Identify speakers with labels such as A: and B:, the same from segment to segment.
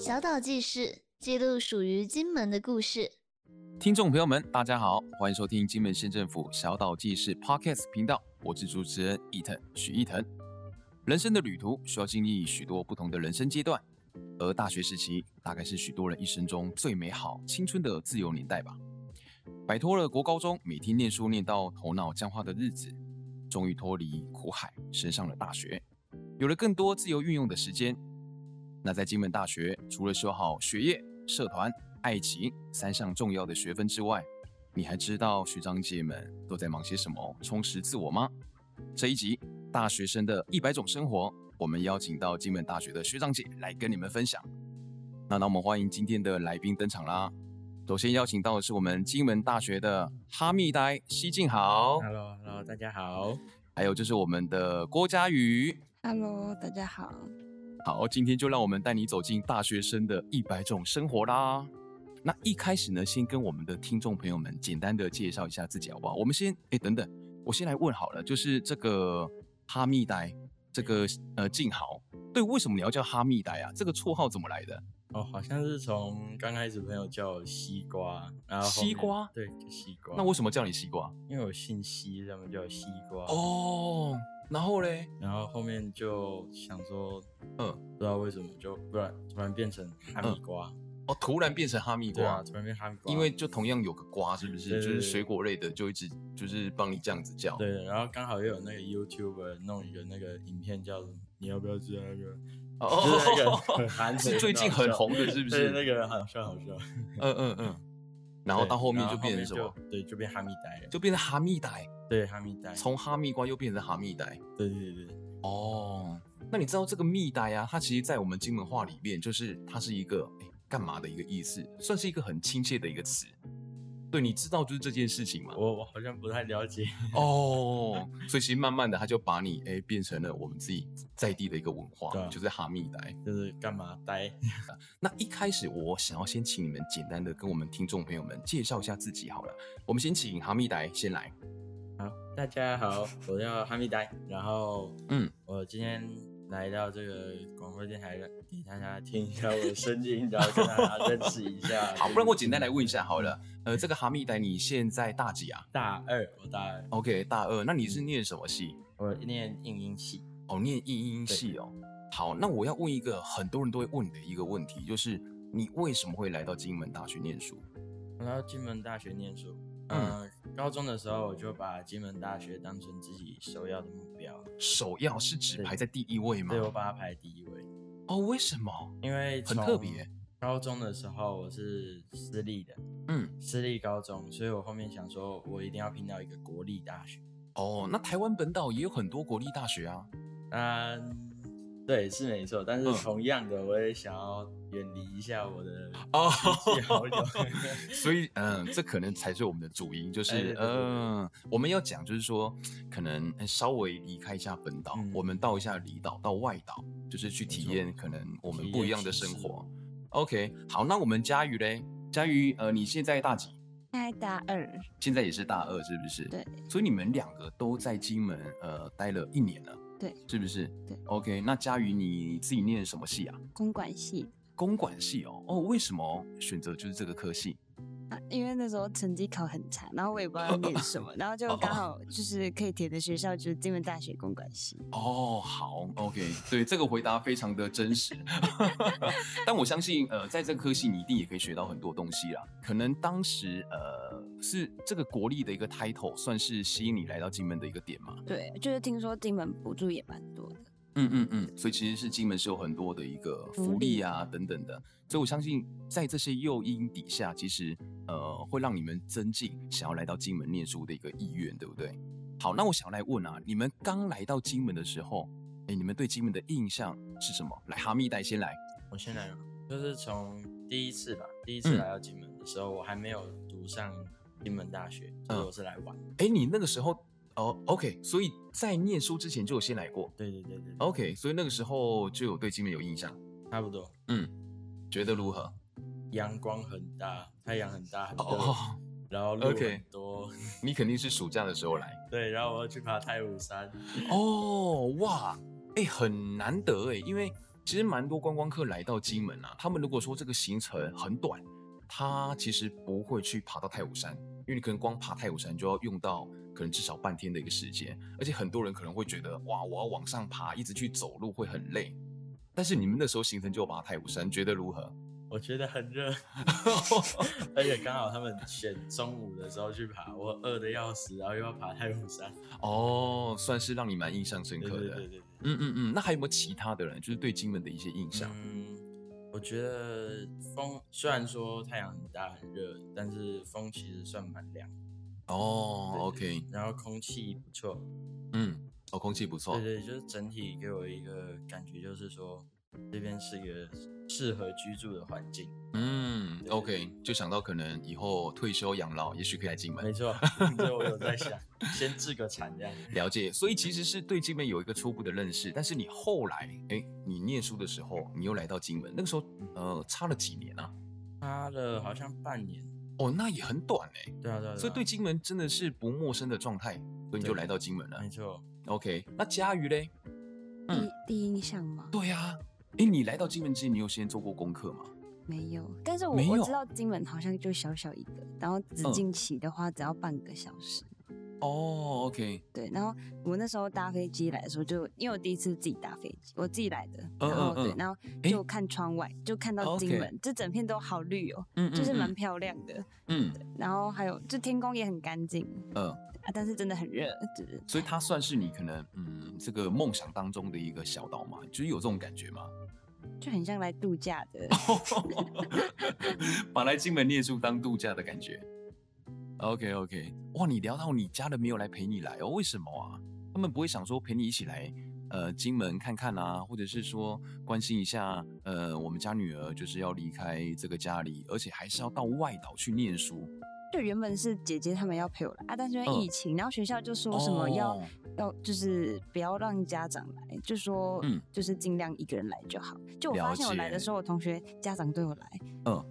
A: 小岛记事记录属于金门的故事。
B: 听众朋友们，大家好，欢迎收听金门县政府小岛纪事 Podcast 频道，我是主持人伊藤许伊藤。人生的旅途需要经历许多不同的人生阶段，而大学时期大概是许多人一生中最美好、青春的自由年代吧。摆脱了国高中每天念书念到头脑僵化的日子，终于脱离苦海，升上了大学，有了更多自由运用的时间。那在金门大学，除了修好学业、社团、爱情三项重要的学分之外，你还知道学长姐们都在忙些什么，充实自我吗？这一集《大学生的一百种生活》，我们邀请到金门大学的学长姐来跟你们分享。那让我们欢迎今天的来宾登场啦！首先邀请到的是我们金门大学的哈密呆西静豪，
C: Hello，Hello，大家
B: 嗯
C: 好。
B: 还有就是我们的郭佳宇。
D: Hello，大家好。
B: 好，今天就让我们带你走进大学生的一百种生活啦。那一开始呢，先跟我们的听众朋友们简单的介绍一下自己好不好？我们先，哎，等等，我先来问好了，就是这个哈密呆，这个呃静豪，对，为什么你要叫哈密呆啊？这个绰号怎么来的？
C: 哦，好像是从刚开始朋友叫我西瓜，然啊后后
B: 西
C: 面
B: 瓜
C: 对，就西瓜。
B: 那为什么叫你西瓜？
C: 因为我姓西，他们叫我西瓜。，
B: 哦，然后嘞，
C: 然后后面就想说，
B: 嗯，
C: 不知道为什么就不然突然变成哈密瓜。
B: 哦，突然变成哈密
C: 对啊，
B: 瓜，
C: 突然变哈密瓜。
B: 因为就同样有个瓜，是不是？
C: 对
B: 就
C: 对
B: 是
C: 对
B: 水果类的，就一直就是帮你这样子叫。
C: 对，然后刚好又有那个 YouTuber 弄一个那个影片叫什么？你要不要吃那个？
B: 哦，
C: 就是那个很韩国
B: 是最近很红的，是不
C: 对，
B: 是？
C: 那个好笑好笑。
B: 嗯嗯嗯。然后到后面就变成什么？？
C: 对，就变哈密呆了。
B: 就变成哈密呆，
C: 对，哈密呆。
B: 从哈密瓜又变成哈密呆。
C: 对对对对。
B: 哦，那你知道这个蜜呆啊？它其实在我们金门话里面，就是它是一个哎干嘛的一个意思，算是一个很亲切的一个词。对，你知道就是这件事情嘛？
C: 我我好像不太了解。
B: 哦，所以其实慢慢的，它就把你哎变成了我们自己在地的一个文
C: 对
B: 化，
C: 啊
B: 就是哈密呆。
C: 就是干嘛呆？
B: 那一开始，我想要先请你们简单的跟我们听众朋友们介绍一下自己好了。我们先请哈密达先来。
C: 好，大家好，我叫哈密呆，然后
B: 嗯，
C: 我今天来到这个广播电台，给大家听一下我的声音，然后跟大家认识一 下。
B: 好，不然我简单来问一下好了。呃，这个哈密达你现在大几啊
C: 大二，我大二，
B: ？OK，大二。那你是念什么系？
C: 我念应音系。
B: 哦，念艺音系哦。好，那我要问一个很多人都会问的一个问题，就是你为什么会来到金门大学念书？
C: 我到金门大学念书。嗯、高中的时候我就把金门大学当成自己首要的目标，
B: 首要是指
C: 对
B: 排在第一位吗
C: 对？我把它排第一位，
B: 哦，为什么？
C: 因为
B: 很
C: 从
B: 特别
C: 高中的时候我是私立的，
B: 嗯，
C: 私立高中，所以我后面想说，我一定要拼到一个国立大学。
B: 哦，那台湾本岛也有很多国立大学啊。
C: 嗯，对，是没错，但是
B: 嗯
C: 同样的，我也想要远离一下我的
B: 哦
C: 亲戚 好友。
B: 所以，嗯，这可能才是我们的主因，就
C: 哎对
B: 是
C: 对，对
B: 嗯，我们要讲，就是说，可能呃稍微离开一下本岛，
C: 嗯
B: 我们到一下离岛，到外岛，就是去体验
C: 没错
B: 可能我们
C: 体
B: 不一
C: 验
B: 样的
C: 城
B: 生
C: 市
B: 活。OK，好，那我们佳瑜嘞，佳瑜，呃，你现在大几？
D: 现在大二，
B: 现在也是大二，是不是？
D: 对。
B: 所以你们两个都在金门，呃，待了一年了，
D: 对，
B: 是不是？
D: 对。
B: OK，那佳瑜你自己念什么系啊？
D: 公管系
B: 公管系哦，哦，为什么选择就是这个科系？
D: 啊，因为那时候成绩考很差，然后我也不知道要念什 么，然后就刚好就是可以填的学校就是金门大学公管系。
B: 哦，好，OK，对这个回答非常的真实，但我相信，呃，在这个科系你一定也可以学到很多东西啦。可能当时，呃，是这个国力的一个 title 算是吸引你来到金门的一个点嘛？
D: 对，就是听说金门补助也蛮多的。
B: 嗯嗯嗯，所以其实是金门是有很多的一个福
D: 福
B: 利
D: 利
B: 啊等等的，所以我相信在这些诱因底下，其实呃会让你们增进想要来到金门念书的一个意愿，对不对？好，那我想来问啊，你们刚来到金门的时候，哎，你们对金门的印象是什么？来，哈密带先来。
C: 我先来吧，就是从第一次吧，第一
B: 嗯
C: 次来到金门的时候，我还没有读上金门大学，所以
B: 嗯
C: 我是来玩。
B: 哎，你那个时候哦，OK，所以在念书之前就有先来过
C: 对对对对，对
B: ，OK，所以那个时候就有对金门有印象，
C: 差不多。
B: 嗯，觉得如何？
C: 阳光很大，太阳很大，很热
B: 哦，
C: 然后路
B: OK
C: 很多。
B: 你肯定是暑假的时候来。
C: 对，然后我要去爬太武山。
B: 哦，哇，哎、很难得哎，因为其实蛮多观光客来到金门啊，他们如果说这个行程很短，他其实不会去爬到太武山，因为你可能光爬太武山就要用到可能至少半天的一个时间，而且很多人可能会觉得哇，我要往上爬，一直去走路会很累。但是你们那时候行程就爬太武山，觉得如何？
C: 我觉得很热， 而且刚好他们选中午的时候去爬，我饿的要死，然后又要爬太武山。
B: 哦，算是让你蛮印象深
C: 对
B: 刻的。
C: 对对对对。
B: 嗯嗯嗯，那还有没有其他的人，就是对金门的一些印象？
C: 嗯，我觉得风虽然说太阳很大很热，但是风其实算蛮凉。
B: 哦
C: 嗯对对
B: ，OK，
C: 然后空气不错，
B: 嗯，哦，空气不错，
C: 对对，就是整体给我一个感觉，就是说这边是一个适合居住的环境。
B: 嗯
C: 对
B: ，OK，就想到可能以后退休养老，也许可以来金
C: 没
B: 门。
C: 错， 这我有在想，先置个产 这样。
B: 了解，所以其实是对金门有一个初步的认识，但是你后来，哎，你念书的时候，你又来到金门，那个时候，呃，差了几年啊？
C: 花了好像半年，
B: 哦，那也很短哎、
C: 对啊对啊，
B: 所以对
C: 啊，
B: 金门真的是不陌生的状态，所以你就
C: 对
B: 来到金门了
C: 没。错，
B: OK，那佳瑜嘞？嗯
D: 第第一印象吗？
B: 对呀、啊，哎，你来到金门之前，你有先做过功课吗？
D: 没有，但是我
B: 没
D: 我
B: 有
D: 知道金门好像就小小一个，然后只
B: 嗯
D: 近期的话只要半个小时。
B: 哦，OK，
D: 对，然后我那时候搭飞机来的时候就，因为我第一次自己搭飞机，我自己来的，
B: 嗯
D: 然后、
B: 嗯
D: 对
B: 嗯，
D: 然后
B: 诶
D: 就看窗外，就看到金
B: OK
D: 门，这整片都好绿哦，
B: 嗯
D: 就是
B: 嗯
D: 蛮漂亮的。
B: 嗯
D: 然后还有，就天空也很干净
B: 嗯、
D: 啊，但是真的很热，就是
B: 所以它算是你可能嗯这个梦想当中的一个小岛嘛，就是有这种感觉吗？
D: 就很像来度假的。
B: 把来金门念书当度假的感觉。OK OK，哇，你聊到你家人没有来陪你来哦，为什么啊？他们不会想说陪你一起来呃金门看看啊，或者是说关心一下呃我们家女儿就是要离开这个家里，而且还是要到外岛去念书。
D: 就原本是姐姐他们要陪我来啊，但是因为
B: 嗯
D: 疫情，然后学校就说什么要、
B: 哦
D: 要就是不要让家长来，就说
B: 嗯
D: 就是尽量一个人来就好。就我
B: 了
D: 发现我来
B: 解
D: 的时候，我同学家长对我来，
B: 哦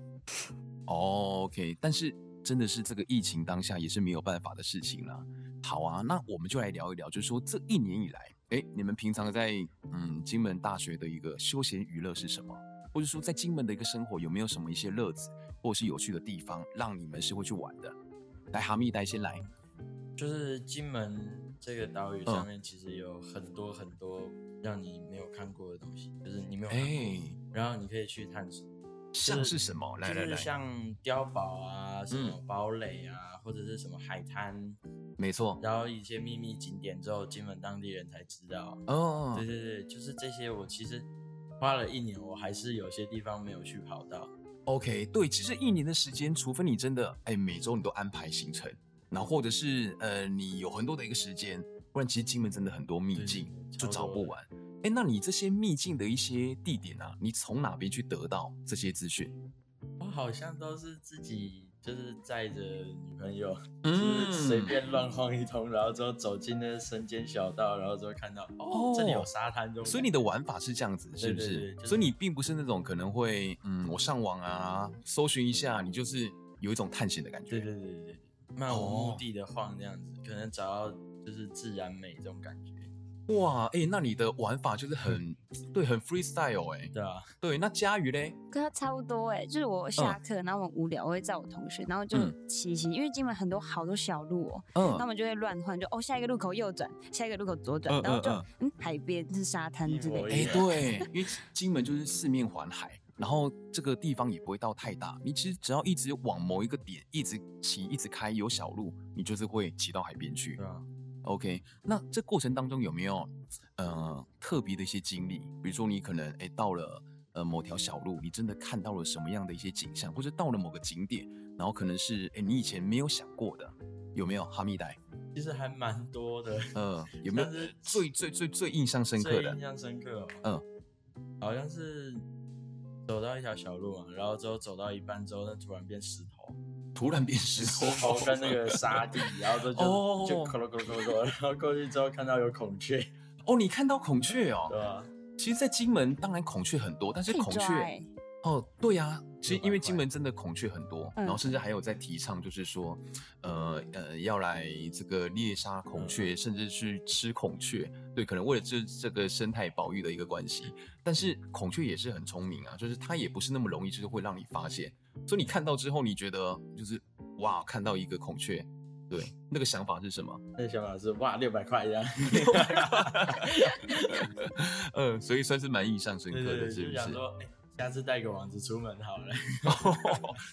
B: ，OK，但是真的是这个疫情当下也是没有办法的事情啦。好啊，那我们就来聊一聊，就是说这一年以来，哎，你们平常在嗯金门大学的一个休闲娱乐是什么？或者说在金门的一个生活有没有什么一些乐子或者是有趣的地方，让你们是会去玩的？来，哈密呆先来，
C: 啊就是金门这个岛屿
B: 嗯
C: 上面其实有很多很多让你没有看过的东西，就是你没有看过，
B: 哎，
C: 然后你可以去探索。
B: 像是什么？来
C: 就
B: 来
C: 是
B: 来，
C: 像碉堡啊，什
B: 嗯
C: 么堡垒啊，或者是什么海滩，
B: 没错，
C: 然后一些秘密景点之后，金门当地人才知道。
B: 哦
C: 对，对对，就是这些。我其实花了一年，我还是有些地方没有去跑到。
B: OK，对，其实一年的时间，除非你真的哎每周你都安排行程，然后或者是呃你有很多的一个时间，不然其实金门真的很多秘
C: 对
B: 境就
C: 超
B: 找
C: 多
B: 不
C: 的
B: 完。哎，那你这些秘境的一些地点啊，你从哪边去得到这些资讯？
C: 我好像都是自己就是载着女朋友，
B: 嗯
C: 就是随便乱晃一通，然后之后走进那深间小道，然后之后看到哦，这里有沙滩，这种
B: 嗯所以你
C: 感
B: 的玩法是这样子，是不是？
C: 对对就是
B: 所以你并不是那种可能会嗯我上网啊搜寻一下，你就是有一种探险的感觉。
C: 觉对对对对对，漫无
B: 哦
C: 目的的晃这样子，可能找到就是自然美这种感觉，
B: 哇，哎，那你的玩法就是很对，很 freestyle 哎、
C: 对啊，
B: 对，那佳瑜嘞？
D: 跟他差不多哎、就是我下课、然后我无聊，我会叫我同学，然后就
B: 嗯
D: 骑骑，因为金门很多好多小路哦、
B: 嗯
D: 他，们就会乱换，就哦下一个路口右转，下一个路口左转，
B: 嗯
D: 然后就
B: 嗯
D: 嗯海边是沙滩
C: 一
D: 之类
C: 模
D: 的
B: 哎、
C: 一。样
B: 对，因为金门就是四面环海，然后这个地方也不会到太大，你其实只要一直往某一个点一直骑，一直开有小路，你就是会骑到海边去
C: 对。啊。
B: OK，那这过程当中有没有呃特别的一些经历？比如说你可能哎、到了呃某条小路，你真的看到了什么样的一些景象，或者到了某个景点，然后可能是哎、你以前没有想过的，有没有哈密呆？
C: 其实还蛮多的，
B: 呃，有没有
C: 但是
B: 最最最最印象深刻
C: 最
B: 的
C: 印？象深刻、哦。嗯，好像是走到一条小路嘛，然后之后走到一半之后，那突然变石头，
B: 突然变石头，
C: 石头跟那个沙地，然后之后
B: 哦
C: 就就咯咯咯咯咯，然后过去之后看到有孔雀，
B: 哦，你看到孔雀哦。
C: 对吧、
B: 其实，在金门当然孔雀很多，但是
D: 可以
B: 孔
D: 抓
B: 雀
D: 欸
B: 哦，对呀、其实因为
C: 600块
B: 金门真的孔雀很多，
D: 嗯
B: 然后甚至还有在提倡，就是说，呃呃，要来这个猎杀
C: 嗯
B: 孔雀，甚至去吃孔雀。对，可能为了这这个生态保育的一个关系。但是孔雀也是很聪明啊，就是它也不是那么容易，就是会让你发现。所以你看到之后，你觉得就是哇，看到一个孔雀，对，那个想法是什么？
C: 那小老师哇，六百块这样，
B: 呃，所以算是蛮印象深
C: 对
B: 刻
C: 对
B: 的，
C: 对，
B: 是
C: 就
B: 不
C: 想
B: 是？
C: 说，哎、下次带个网子出门好了，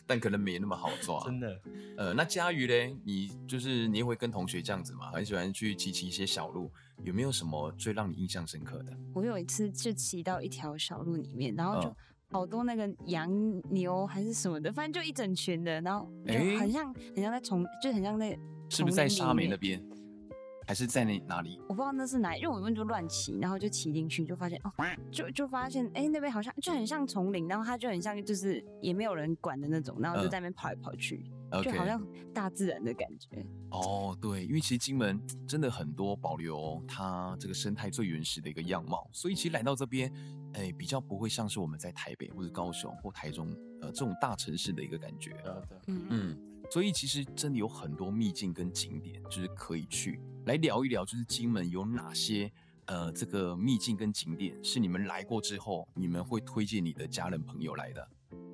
B: 但可能没那么好 抓。
C: 真的。
B: 呃，那佳瑜嘞，你就是你也会跟同学这样子嘛，很喜欢去骑骑一些小路，有没有什么最让你印象深刻的？
D: 我有一次就骑到一条小路里面，然后就
B: 嗯
D: 好多那个羊牛还是什么的，反正就一整群的，然后就
B: 诶
D: 很像、很像在丛，就很像那
B: 哎是不是
D: 丛
B: 在
D: 林
B: 沙
D: 里
B: 美
D: 面
B: 那边，还是在那哪里？
D: 我不知道那是哪，因为我们就乱骑，然后就骑进去，就发现哦，
B: 嗯
D: 就就发现哎、那边好像就很像丛林，然后它就很像就是也没有人管的那种，然后就
B: 嗯
D: 在那边跑来跑去，就
B: OK，
D: 好像大自然的感觉。
B: 哦，对，因为其实金门真的很多保留哦它这个生态最原始的一个样貌，所以其实来到这边，哎，比较不会像是我们在台北或者高雄或台中呃这种大城市的一个感觉。
C: 对啊对啊
D: 嗯，
B: 嗯，所以其实真的有很多秘境跟景点，就是可以去来聊一聊，就是金门有哪些呃这个秘境跟景点是你们来过之后，你们会推荐你的家人朋友来的。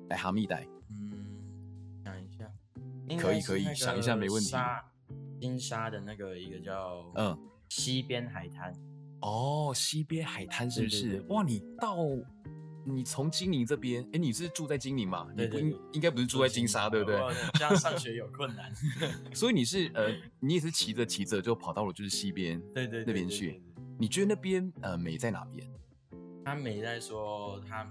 B: 来哈密带，
C: 嗯，想一下，
B: 可以可以想一下没问题
C: 沙金沙的那个一个叫
B: 嗯，
C: 西边海滩，
B: 哦，西边海滩是不
C: 对对
B: 是
C: 对？对
B: 哇，你到你从金陵这边，哎，你是住在金陵嘛？
C: 对
B: 你不
C: 对
B: 应
C: 对
B: 应该不是住在金沙，对不对？
C: 哇这样上学有困难。
B: 所以你是呃，你也是骑着骑着就跑到了就是西边，
C: 对对对
B: 那边
C: 对
B: 去
C: 对对
B: 你觉得那边呃美在哪边？
C: 他没在说他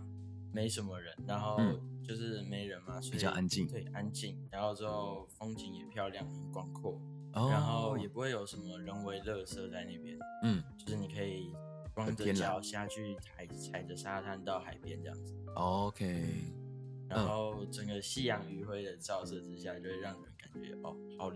C: 没什么人，然后
B: 嗯
C: 就是没人嘛，所
B: 比
C: 以
B: 较安静
C: 对，安静。然后之后风景也漂亮，很广阔，
B: 哦
C: 然后也不会有什么人为垃圾在那边，
B: 嗯，
C: 就是你可以光
B: 很
C: 着
B: 天然
C: 脚下去踩踩着沙滩到海边这样子，
B: OK，嗯
C: 然后整个夕阳余晖的照射之下，就会让人感觉哦，好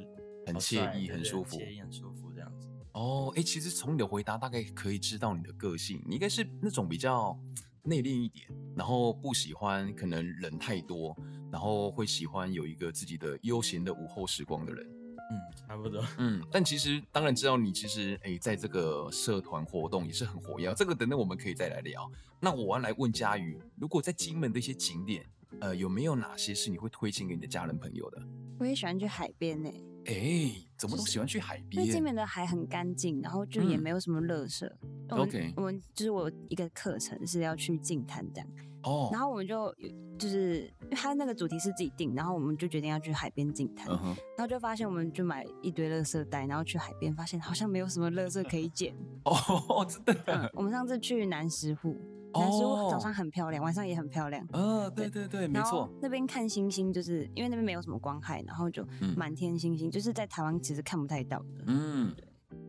B: 很
C: 好
B: 惬
C: 帅
B: 意，
C: 对
B: 很
C: 对
B: 舒服。
C: 惬意很舒服这样子。
B: 哦，哎，其实从你的回答大概可以知道你的个性，你应该是那种比较内敛一点，然后不喜欢可能人太多，然后会喜欢有一个自己的悠闲的午后时光的人。
C: 嗯，差不多。
B: 嗯，但其实当然知道你其实哎，诶在这个社团活动也是很活跃，这个等等我们可以再来聊。那我要来问佳瑜，如果在金门的一些景点，呃，有没有哪些是你会推荐给你的家人朋友的？
D: 我也喜欢去海边欸呢、
B: 哎，怎么
D: 就
B: 都
D: 是
B: 喜欢去海
D: 因为
B: 边？
D: 这边的海很干净，然后就也
B: 嗯
D: 没有什么垃圾。我们
B: OK
D: 我们就是我有一个课程是要去净滩这样，
B: 哦，
D: 然后我们就有就是因为他那个主题是自己定，然后我们就决定要去海边净滩，
B: 嗯哼。
D: 然后就发现我们就买一堆垃圾袋，然后去海边发现好像没有什么垃圾可 以捡。
B: 哦，真的，
D: 嗯，我们上次去南石湖，南石湖早上
B: 哦
D: 很漂亮，晚上也很漂亮。
B: 呃，对对对，没
D: 然后
B: 错，
D: 那边看星星，就是因为那边没有什么光害，然后就
B: 嗯
D: 满天星星，就是在台湾其实看不太到的。
B: 嗯，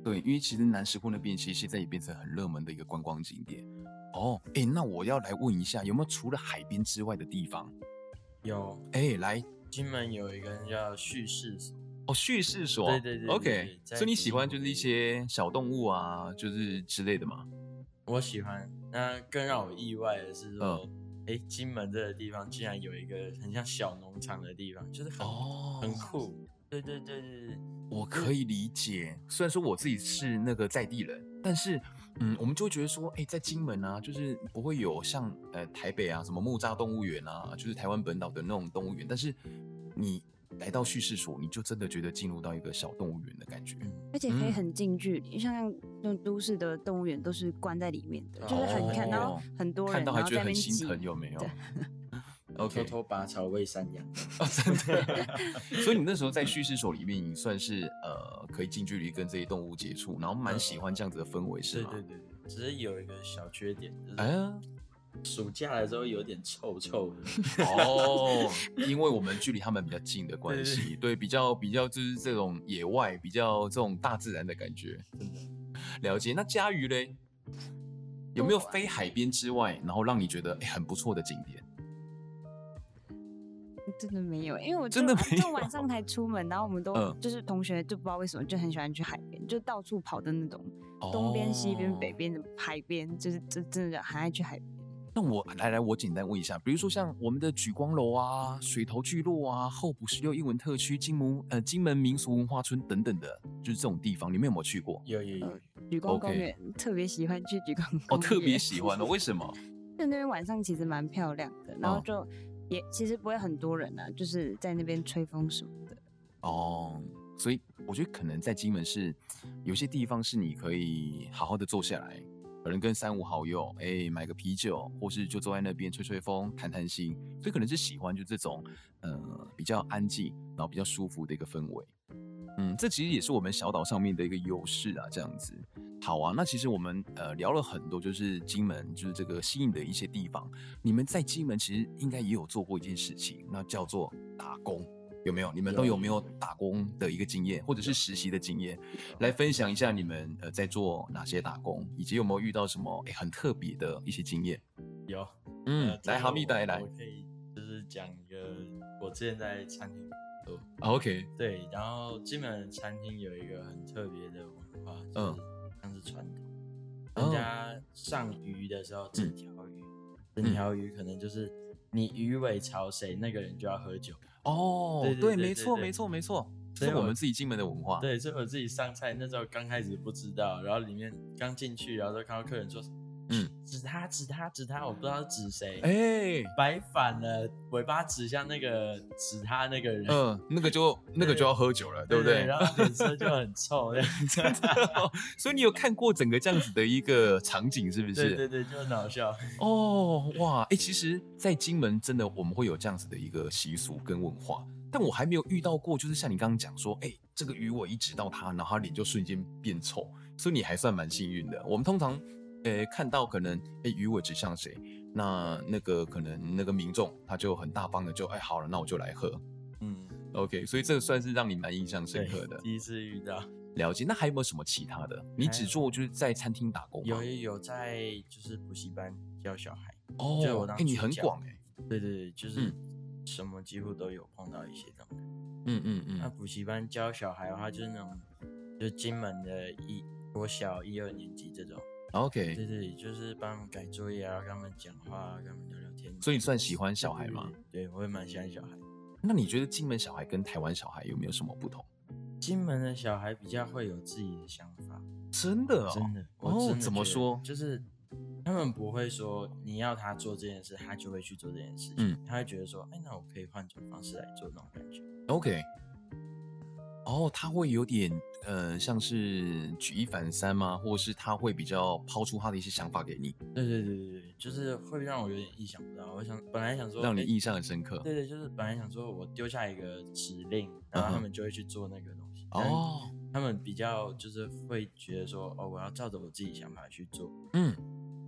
B: 对，因为其实南石窟那边其实现在也变成很热门的一个观光景点。哦，哎，那我要来问一下，有没有除了海边之外的地方？
C: 有
B: 哎，来，
C: 金门有一个人叫叙事所，
B: 哦，叙事所，
C: 对对对对对
B: o k
C: 在
B: 所以你喜欢
C: 吉
B: 就
C: 隆
B: 是一些小动物啊，就是之类的嘛？
C: 我喜欢。那更让我意外的是说
B: 嗯，
C: 哎、金门这个地方竟然有一个很像小农场的地方，就是很、
B: 哦
C: 很酷。对对对对对，
D: 嗯
B: 我可以理解，虽然说我自己是那个在地人，但是，嗯，我们就会觉得说，哎、在金门啊，就是不会有像呃台北啊，什么木栅动物园啊，就是台湾本岛的那种动物园，但是你来到叙事所，你就真的觉得进入到一个小动物园的感觉。
D: 而且可以
B: 嗯
D: 很近距离，像像那种都市的动物园都是关在里面的，就是很看
B: 哦
D: 到很多
B: 看
D: 人，
B: 到
D: 然
B: 还
D: 后
B: 觉
D: 在
B: 得很
D: 那边挤
B: 心。疼，有没有
D: 对
B: ？OK，
C: 偷偷拔草喂山羊。
B: 哦，真的。所以你那时候在叙事所里面，你算是呃可以近距离跟这些动物接触，然后
D: 嗯
B: 蛮喜欢这样子的氛围，是
C: 对
B: 吗？
C: 对对对，只是有一个小缺点，就
B: 哎
C: 是
B: 呀。
C: 暑假的时候有点臭臭 的。
B: 哦， 因为我们距离他们比较近的关
C: 对对
B: 系，对比较比较就是这种野外，比较这种大自然的感觉，
C: 真的
B: 了解。那嘉瑜嘞，有没有
D: 我啊
B: 非海边之外，然后让你觉得、诶很不错的景点？
D: 真的没有，因为我
B: 真的
D: 就
B: 没
D: 就晚上才出门，然后我们都、
B: 嗯
D: 就是同学就不知道为什么就很喜欢去海边，就到处跑的那种，东边、西边、北
B: 哦
D: 边的海边，就是真真的很爱去海边。
B: 那我来来，我简单问一下，比如说像我们的举光楼啊、水头聚落啊、候补十六英文特区、金门呃金门民俗文化村等等的，就是这种地方，你们有没有去过？
C: 有有有，
D: 举光公
B: OK
D: 园特别喜欢去举光
B: 哦，
D: 公园，
B: 特 别喜欢的，为什么？
D: 就那边晚上其实蛮漂亮的，然后
B: 哦
D: 就也、其实不会很多人啊，就是在那边吹风什么的。
B: 哦，所以我觉得可能在金门是有些地方是你可以好好的坐下来，可能跟三五好友，哎、买个啤酒，或是就坐在那边吹吹风、谈谈心，所以可能是喜欢就这种呃比较安静，然后比较舒服的一个氛围。嗯，这其实也是我们小岛上面的一个优势啊，这样子。好啊，那其实我们呃聊了很多，就是金门就是这个吸引的一些地方。你们在金门其实应该也有做过一件事情，那叫做打工，有没有？你们都
C: 有
B: 有没有打工的一个经验，或者是实习的经验？来分享一下你们呃在做哪些打工，以及有没有遇到什么诶很特别的一些经验？
C: 有。
B: 嗯
C: 呃，这
B: 来
C: 个
B: 哈密
C: 我
B: 带来
C: 我可以就是讲一个，我之前在餐厅工作，
B: 啊，OK，
C: 对，然后金门的餐厅有一个很特别的文化，就
B: 嗯
C: 是像是传统，
B: 哦
C: 人家上鱼的时候整
B: 嗯
C: 条鱼，整条鱼可能就是你鱼尾朝谁，那个人就要喝酒。
B: 哦，
C: 对对对
B: 没
C: 对
B: 错，
C: 对
B: 没错，没错，这
C: 所以
B: 是我
C: 我
B: 们自己金门的文化。
C: 对，所以我自己上菜那时候刚开始不知道，然后里面刚进去，然后就看到客人说，
B: 嗯
C: 嗯，指他指他指他，我不知道指谁，
B: 哎，
C: 摆反了，尾巴指向那个指他那个人。
B: 嗯，那个就那个就要喝酒了，对不对？
C: 然后脸色就很 臭，这样子
B: 所以你有看过整个这样子的一个场景，是不是？
C: 对对对，就很好笑。
B: 哦，哇，哎、其实，在金门真的我们会有这样子的一个习俗跟文化，但我还没有遇到过，就是像你刚刚讲说，哎、这个鱼尾一指到它，然后它脸就瞬间变臭，所以你还算蛮幸运的。我们通常，呃、看到可能，哎、鱼尾指向谁，那那个可能那个民众他就很大方的就，哎、好了，那我就来喝
C: 嗯，
B: ，OK，所以这个算是让你蛮印象深
C: 对
B: 刻的。
C: 第一次遇到，
B: 了解，那还有没有什么其他的？你
C: 还
B: 只
C: 有
B: 做就是在餐厅打工吗？
C: 有有在就是补习班教小孩，就
B: 哦
C: 我，当
B: 哎、你
C: 助
B: 很
C: 教
B: 广哎、
C: 对对对，就是什么几乎都有碰到一些这种人。
B: 嗯嗯
C: 那
B: 嗯，
C: 补习班教小孩的话，就是那种就金门的一国小一二年级这种，
B: ，OK，
C: 对对，就是帮他们改作业啊，跟他们讲话啊，跟他们聊聊天。
B: 所以你算喜欢小孩
C: 对
B: 吗？？
C: 对，对我也蛮喜欢小孩。
B: 那你觉得金门小孩跟台湾小孩有没有什么不同？
C: 金门的小孩比较会有自己的想法，
B: 真的哦，
C: 真的，我
B: 哦
C: 真的
B: 怎么
C: 觉得
B: 说
C: 就是他们不会说你要他做这件事，他就会去做这件事情。
B: 嗯
C: 他会觉得说，哎，那我可以换种方式来做那种感觉。
B: OK。哦，他会有点呃，像是举一反三吗？或是他会比较抛出他的一些想法给你，
C: 对对对对对，就是会让我有点意想不到。我想本来想说，
B: 让你
C: 哎
B: 印象很深刻？
C: 对对，就是本来想说我丢下一个指令，
B: 嗯
C: 然后他
B: 哼
C: 们就会去做那个东西。但
B: 哦，
C: 他们比较就是会觉得说，哦，我要照着我自己想法去做。
B: 嗯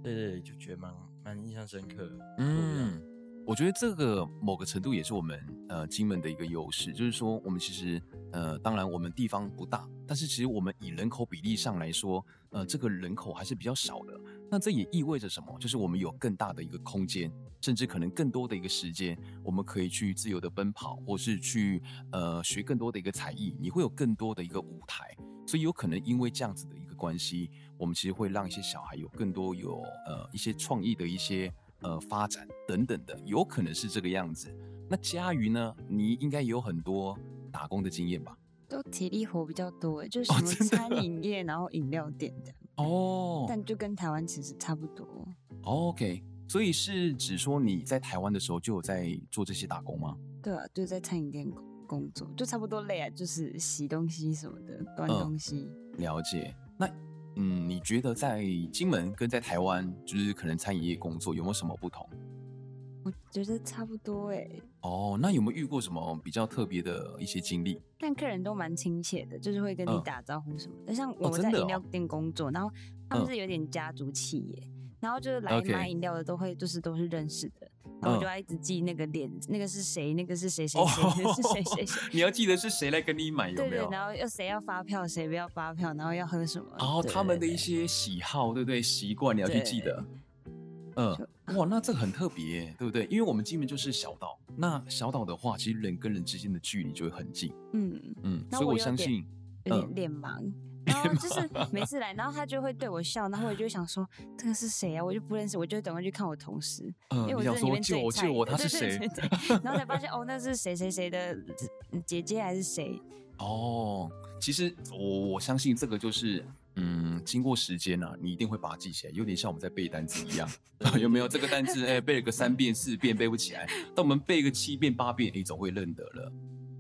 C: 对对，对就觉得蛮蛮印象深刻的。
B: 嗯，我觉得这个某个程度也是我们呃金门的一个优势，就是说我们其实呃，当然我们地方不大，但是其实我们以人口比例上来说，呃，这个人口还是比较少的。那这也意味着什么？就是我们有更大的一个空间，甚至可能更多的一个时间，我们可以去自由的奔跑，或是去呃学更多的一个才艺，你会有更多的一个舞台。所以有可能因为这样子的一个关系，我们其实会让一些小孩有更多有呃一些创意的一些呃发展等等的，有可能是这个样子。那佳瑜呢，你应该也有很多打工的经验吧？
D: 都体力活比较多欸，就是
B: 哦
D: 什么
B: 真的
D: 餐饮业，然后饮料店的，
B: 哦
D: 但就跟台湾其实差不多。
B: ，OK，所以是指说你在台湾的时候就有在做这些打工吗？
D: 对啊，就在餐饮店工工作，就差不多累啊，就是洗东西什么的，端
B: 嗯
D: 东西。
B: 了解。那嗯，你觉得在金门跟在台湾，就是可能餐饮业工作有没有什么不同？
D: 我觉得差不多哎、
B: 哦，那有没有遇过什么比较特别的一些经历？
D: 但客人都蛮亲切的，就是会跟你
B: 嗯
D: 打招呼什么的。像我在
B: 真的
D: 饮料
B: 哦
D: 店工作，然后他们
B: 嗯
D: 是有点家族企业，然后就是来
B: OK
D: 买饮料的都会就是都是认识的，然后我就
B: 嗯
D: 要一直记那个脸，那个是谁，那个是谁谁
B: 哦
D: 谁，那个是 谁谁谁。
B: 你要记得是谁来跟你买，有
D: 对
B: 没
D: 对
B: 有，？
D: 然后要谁要发票，谁不要发票，然后要喝什么，
B: 然后
D: 啊对
B: 哦他们的
D: 对
B: 一些喜好，对不对？习惯你要去记
D: 对
B: 得。嗯，哇，那这个很特别耶，对不对？因为我们金门就是小岛，那小岛的话，其实人跟人之间的距离就会很近。
D: 嗯，
B: 嗯，
D: 那
B: 所以
D: 我
B: 我
D: 有
B: 相
D: 点
B: 信，
D: 有
B: 嗯
D: 点脸盲，然后就是每次来，然后他就会对我笑，然后我就会想说这个是谁啊？我就不认识，我就会赶快去看我同事，
B: 嗯
D: 因为，我
B: 你想
D: 真的里
B: 说
D: 面
B: 救
D: 最
B: 我
D: 菜
B: 救我，他
D: 对
B: 是
D: 对
B: 谁
D: 对？对对然后才发现哦，那是谁谁谁的姐姐还是谁？
B: 哦，其实我我相信这个就是，嗯，经过时间啊，你一定会把它记起来，有点像我们在背单词一样，有没有？这个单词哎、背了个三遍四遍背不起来，但我们背个七遍八遍，哎、总会认得了。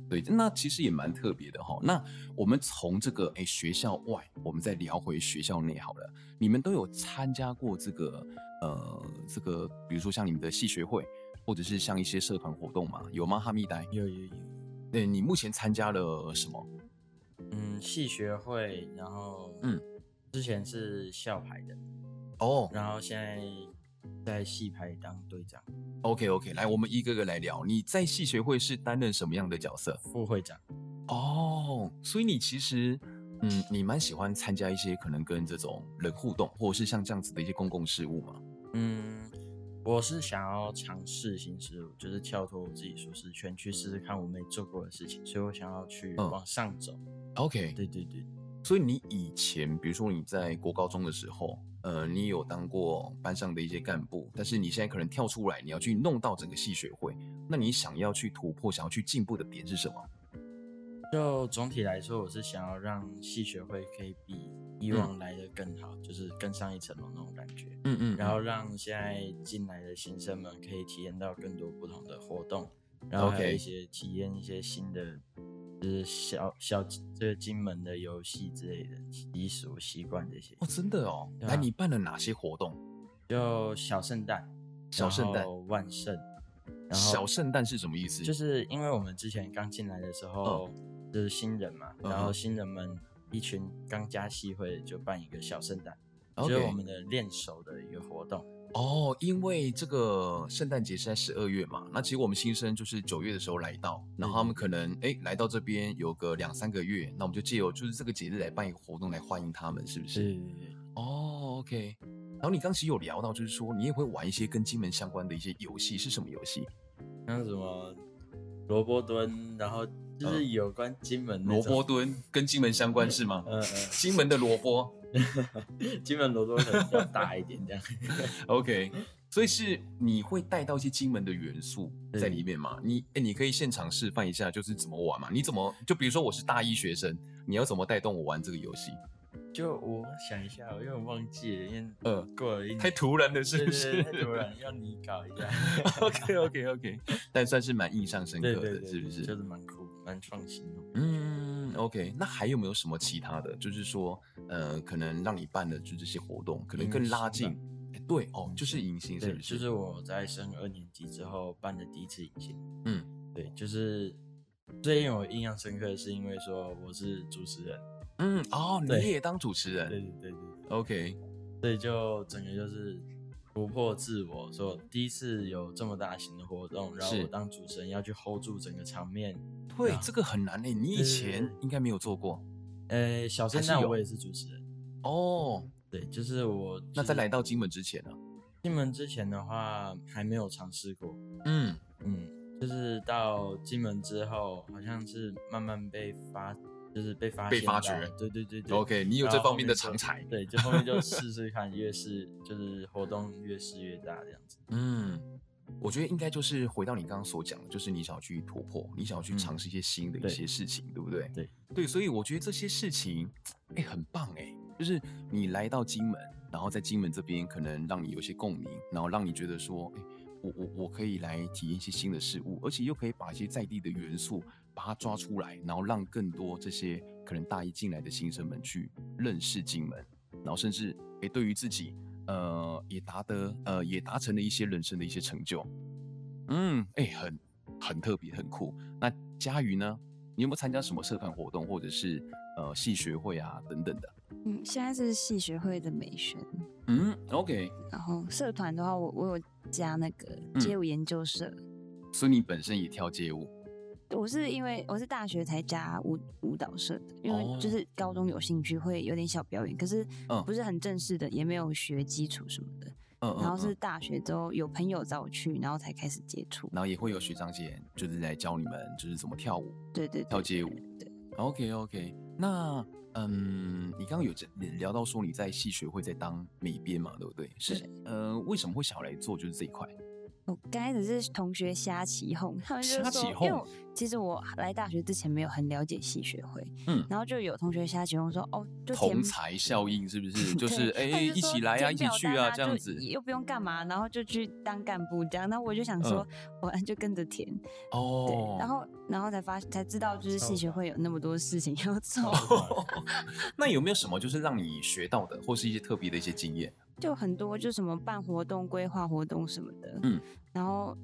B: 对，那其实也蛮特别的哈。那我们从这个哎、学校外，我们再聊回学校内好了。你们都有参加过这个呃这个，比如说像你们的系学会，或者是像一些社团活动嘛？有吗？哈密呆，
C: 有有有，
B: 对你目前参加了什么？
C: 嗯，系学会，然后
B: 嗯，
C: 之前是校排的，
B: 哦，
C: 然后现在在系排当队长、
B: OK OK，来，我们一个个来聊。你在戏学会是担任什么样的角色？
C: 副会长。
B: 哦，所以你其实，嗯，你蛮喜欢参加一些可能跟这种人互动，或者是像这样子的一些公共事务嘛？
C: 嗯，我是想要尝试新事物，就是跳脱我自己舒适圈，去试试看我没做过的事情，所以我想要去
B: 嗯
C: 往上走。
B: OK，
C: 对对对，
B: 所以你以前，比如说你在国高中的时候，呃，你有当过班上的一些干部，但是你现在可能跳出来，你要去弄到整个戏学会，那你想要去突破、想要去进步的点是什么？
C: 就总体来说，我是想要让戏学会可以比以
B: 嗯
C: 往来的更好，就是更上一层楼那种感觉。
B: 嗯嗯
C: 然后让现在进来的新生们可以体验到更多不同的活动，然后还有
B: OK
C: 一些体验一些新的，就是小小这个金门的游戏之类的习俗习惯这些
B: 哦，。真的哦，
C: 对
B: 来，
C: 啊
B: 你办了哪些活动？
C: 就小圣诞，
B: 小圣诞
C: 然后万圣，然后
B: 小圣诞是什么意思？
C: 就是因为我们之前刚进来的时候、就是新人嘛，
B: 嗯
C: 然后
B: 哼
C: 新人们一群刚加戏会的就办一个小圣诞，就
B: OK
C: 是我们的练手的一个活动。
B: 哦，因为这个圣诞节是在十二月嘛，那其实我们新生就是九月的时候来到，然后他们可能哎来到这边有个两三个月，那我们就借由就是这个节日来办一个活动来欢迎他们，是不是？
C: 对对
B: 哦，OK。然后你刚其实有聊到，就是说你也会玩一些跟金门相关的一些游戏，是什么游戏？
C: 像什么萝卜蹲，然后就是有关金门
B: 嗯
C: 那
B: 萝卜
C: 种，
B: 蹲跟金门相关是吗？
C: 嗯
B: 金门的萝卜
C: 嗯，金门萝卜可能比较大一点这样。
B: ，OK。所以是你会带到一些金门的元素在里面嘛？你哎，你可以现场示范一下，就是怎么玩嘛？你怎么就比如说我是大一学生，你要怎么带动我玩这个游戏？
C: 就我想一下，我有点忘记了，因为
B: 呃
C: 过了一年
B: 太突然了，是
C: 对
B: 不
C: 对
B: 是？
C: 对，太突然，要你搞一 下。
B: OK OK OK，但 算是蛮印象深刻
C: 对
B: 的，
C: 对对，
B: 是不是？
C: 就是蛮酷，蛮创新的。
B: 嗯，OK，那还有没有什么其他的？就是说，呃，可能让你办的就这些活动，可能更
C: 迎
B: 拉
C: 新
B: 近
C: 吧。
B: 哎对哦，就是
C: 迎
B: 迎新，是
C: 嗯对，
B: 不是？
C: 就是我在升二年级之后办的第一次迎新。
B: 嗯
C: 对，就是最令我印象深刻的是，因为说我是主持人。
B: 嗯哦，
C: 对
B: 你也当主持
C: 对
B: 人
C: 对对对对。
B: ，OK，
C: 所以就整个就是突破自我，说第一次有这么大型的活动，然后
B: 是
C: 我当主持人要去 hold 住整个场面。
B: 对，这个很难诶，你以
C: 对对对
B: 前应该没有做过
C: 呃，小圣
B: 还是
C: 诞
B: 有
C: 我也是主持人，
B: 哦。
C: 对，就是我
B: 那在来
C: 到
B: 到金门之前呢、
C: 进门之前的话还没有尝试过，
B: 嗯，
C: 嗯，就是到进门之后好像是慢慢被发，就是被发
B: 被
C: 现
B: 发
C: 到
B: 掘
C: 对对对对
B: OK，你有
C: 然
B: 这
C: 后
B: 方
C: 后
B: 面
C: 面
B: 的
C: 就
B: 长才
C: 对，就后面就试试看，越试就是活动越试越大这样子。
B: 嗯，我觉得应该就是回到你刚刚所讲的，就是你想要去突破，你想要去
C: 嗯
B: 尝试一些新的一
C: 对
B: 些事情，对不对？
C: 对
B: 对，所以我觉得这些事情，哎、很棒哎、就是你来到金门，然后在金门这边可能让你有一些共鸣，然后让你觉得说，哎、我我我可以来体验一些新的事物，而且又可以把一些在地的元素把它抓出来，然后让更多这些可能大一进来的新生们去认识金门，然后甚至哎、诶对于自己呃也达得呃也达成了一些人生的一些成就，嗯，哎、很很特别，很酷。那佳瑜呢？你有没有参加什么社团活动，或者是呃系学会啊等等的？
D: 嗯，现在是系学会的美宣，
B: 嗯，OK。
D: 然后社团的话，我我有加那个
B: 嗯
D: 街舞研究社，
B: 所以你本身也跳街舞
D: 我是因为我是大学才加舞舞蹈社的，因为就
B: 哦
D: 是高中有兴趣会有点小表演，可是
B: 嗯
D: 不是很正式的，也没有学基础什么的。
B: 嗯，嗯
D: 然后是
B: 嗯
D: 大学之后有朋友找我去，然后才开始接触。
B: 然后也会有学长姐就是来教你们就是怎么跳舞、
D: 对对对，
B: 跳街舞
D: 对。
B: OK OK，那嗯，你刚刚有这聊到说你在戏学会在当美编嘛，对不对？是
D: 对
B: 呃，为什么会想要来做就是这一块？
D: 我刚开始是同学瞎起哄，他们就
B: 瞎
D: 是
B: 起
D: 说，
B: 哄
D: 因为我其实我来大学之前没有很了解戏学会，
B: 嗯
D: 然后就有同学瞎起哄说，哦，就填
B: 同才效应是不 是？就
D: 对
B: 是哎、
D: 他就
B: 一
D: 说
B: 起来啊，
D: 填
B: 一起
D: 表
B: 去
D: 单
B: 啊，
D: 啊，
B: 这样
D: 就
B: 子。
D: 又不用干嘛，然后就去当干部这样。那我就想说，
B: 嗯
D: 我 就跟着填，
B: 哦
D: 对，，然后然后才发才知道，就是
C: 哦
D: 戏学会有那么多事情要做，
B: 哦 那有没有什么就是让你学到的，或是一些特别的一些经验？
D: 就很多就什么办活动、规划活动什么的。
B: 嗯，
D: 然后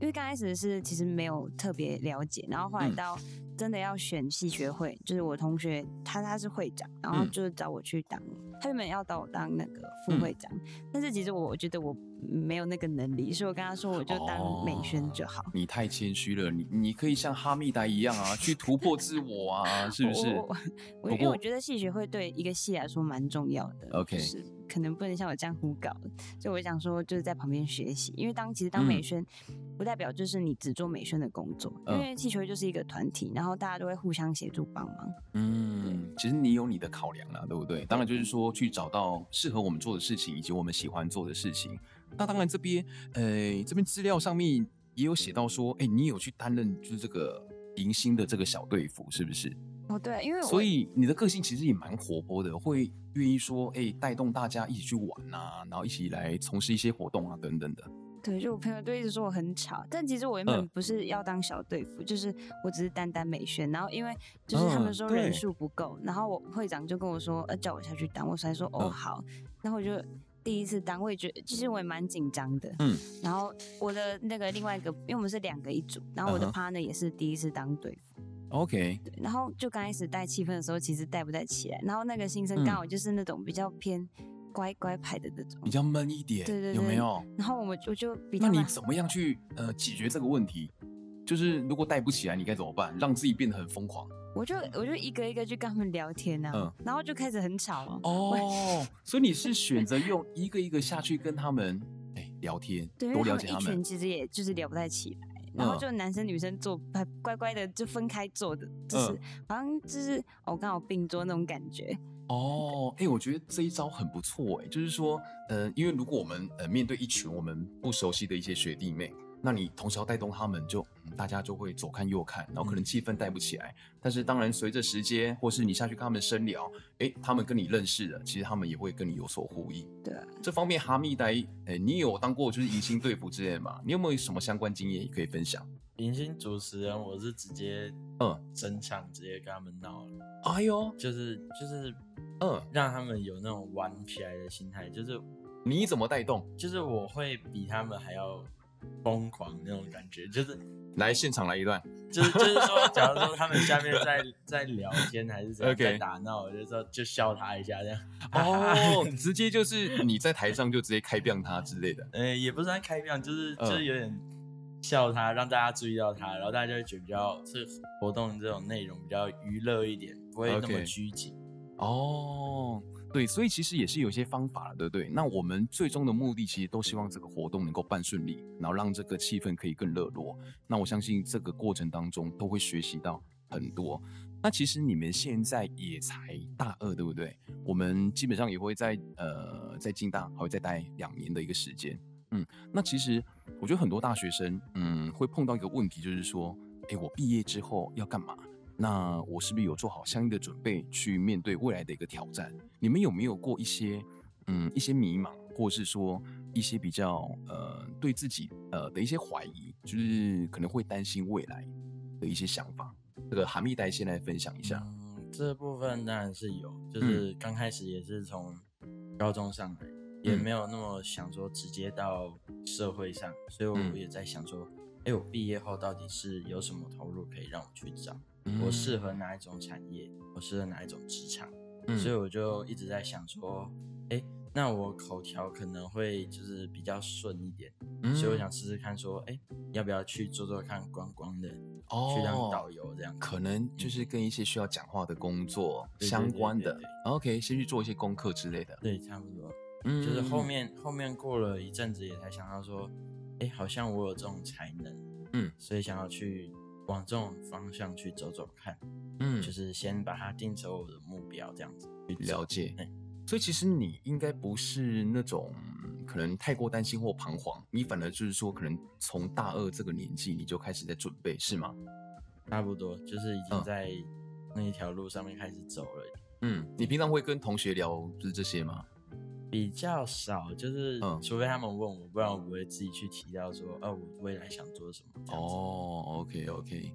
D: 因为刚开始是其实没有特别了解，然后后来
B: 嗯
D: 到真的要选系学会，就是我同学他他是会长，然后
B: 嗯
D: 就是找我去当，他原本要找我当那个副
B: 嗯
D: 会长，但是其实我觉得我没有那个能力，所以我跟他说我就当美宣就好。
B: 你太谦虚了，你你可以像哈密达一样啊，去突破自我啊，是不是
D: 哦我我我
B: 不
D: 因为我
B: 过
D: 觉得戏学会对一个戏来说蛮重要的。
B: OK
D: 就是可能不能像我这样胡搞，所以我想说就是在旁边学习，因为当其实当美
B: 嗯
D: 宣、不代表就是你只做美宣的工作，
B: 嗯
D: 因为戏学会就是一个团体，然后大家都会互相协助帮忙。
B: 嗯，其实你有你的考量啦，对不对？当然就是说去找到适合我们做的事情，以及我们喜欢做的事情。那当然这边，呃，这边资料上面也有写到说，哎，你有去担任就是这个迎新的这个小队服，是不是？
D: 哦，对，因为我
B: 所以你的个性其实也蛮活泼的，会愿意说，哎，带动大家一起去玩啊，然后一起来从事一些活动啊，等等的。
D: 对，就我朋友都一直说我很吵，但其实我
B: 嗯
D: 原本不是要当小队服，就是我只是单单美宣，然后因为就是他
B: 嗯
D: 们说人
B: 对
D: 数不够，然后我会长就跟我说，呃，叫我下去当，我才说哦
B: 嗯
D: 好，然后我就第一次当，我也觉得其实我也蛮紧张的，
B: 嗯，
D: 然后我的那个另外一个，因为我们是两个一组，然后我的
B: 嗯
D: partner 也是第一次当队服，
B: OK，
D: 对，然后就刚开始带气氛的时候，其实带不带起来，然后那个新生
B: 嗯
D: 刚好就是那种比较偏乖乖牌的那种，
B: 比较闷一点，
D: 对对
B: 有没
D: 对
B: 有？
D: 然后我们我就比
B: 那
D: 他
B: 你
D: 们
B: 怎么样去呃解决这个问题？就是如果带不起来，你该怎么办？让自己变得很疯狂
D: 我就我就一个一个去跟他们聊天啊，
B: 嗯
D: 然后就开始很吵了。
B: 哦。所以你是选择用一个一个下去跟他们哎、聊天，
D: 对，因
B: 多
D: 为
B: 了
D: 他们
B: 解他
D: 一
B: 们
D: 群。其实也就是聊不太起来，然后
B: 嗯
D: 就男生女生坐乖乖乖的就分开坐的，就是、
B: 嗯
D: 好像就是哦刚好并桌那种感觉。
B: 哦，哎、我觉得这一招很不错哎、就是说，呃，因为如果我们呃面对一群我们不熟悉的一些学弟妹，那你同时要带动他们就，嗯大家就会左看右看，然后可能气氛带不起来。但是当然，随着时间或是你下去跟他们深聊，哎、他们跟你认识了，其实他们也会跟你有所呼应。
D: 对啊
B: 这方面哈密呆，哎、你有当过就是迎新队服之类的吗？你有没有什么相关经验也可以分享？
C: 迎新主持人，我是直接
B: 嗯
C: 真唱，直接跟他们闹了，
B: 哎呦，
C: 就是就是
B: 嗯，
C: 让他们有那种玩起来的心态，就是
B: 你怎么带动？
C: 就是我会比他们还要疯狂那种感觉，就是
B: 来现场来一段，
C: 就是就是说，假如说他们下面在在聊天还是怎样
B: OK
C: 在打闹，我就说就笑他一下这样。
B: 哦， 直接就是你在台上就直接开杠他之类的。
C: 呃，也不是在开票，就是
B: 嗯
C: 就是有点笑他，让大家注意到他，然后大家就会觉得比较这活动这种内容比较娱乐一点，不会那么
B: OK
C: 拘谨。
B: 哦，对，所以其实也是有一些方法的，对不对？那我们最终的目的其实都希望这个活动能够办顺利，然后让这个气氛可以更热络。那我相信这个过程当中都会学习到很多。那其实你们现在也才大二，对不对？我们基本上也会在呃在进大还会再待两年的一个时间。嗯，那其实我觉得很多大学生，嗯，会碰到一个问题，就是说，诶，我毕业之后要干嘛？那我是不是有做好相应的准备去面对未来的一个挑战？你们有没有过一些嗯一些迷茫，或是说一些比较呃对自己呃的一些怀疑，就是可能会担心未来的一些想法？这个韩密带先来分享一下。
C: 嗯，这部分当然是有，就是刚开始也是从高中上来，也
B: 嗯
C: 没有那么想说直接到社会上，所以我
B: 嗯
C: 也在想说，哎、我毕业后到底是有什么投入可以让我去找？嗯我适合哪一种产业？我适合哪一种职场？
B: 嗯，
C: 所以
B: 嗯
C: 我就一直在想说，哎、那我口条可能会就是比较顺一点，
B: 嗯
C: 所以我想试试看说，哎、要不要去做做看观光的，
B: 哦
C: 去当导游这样子。
B: 可能就是跟一些需要讲话的工作
C: 对对
B: 相
C: 对
B: 关
C: 对
B: 的
C: 对。
B: OK，先去做一些功课之类的。
C: 对，差不多。
B: 嗯
C: 就是后面、后面过了一阵子，也才想到说，哎、好像我有这种才能，
B: 嗯，
C: 所以想要去往这种方向去走走看，
B: 嗯
C: 就是先把它定成我的目标这样子去走。
B: 了解
C: 哎。
B: 所以其实你应该不是那种可能太过担心或彷徨，你反而就是说，可能从大二这个年纪你就开始在准备，是吗？
C: 差不多就是已
B: 嗯
C: 经在那一条路上面开始走了，
B: 嗯，你平常会跟同学聊就是这些吗？
C: 比较少，就是
B: 嗯
C: 除非他们问我，不然我不会自己去提到说，哦，我未来想做什么这样子。
B: 哦，OK OK。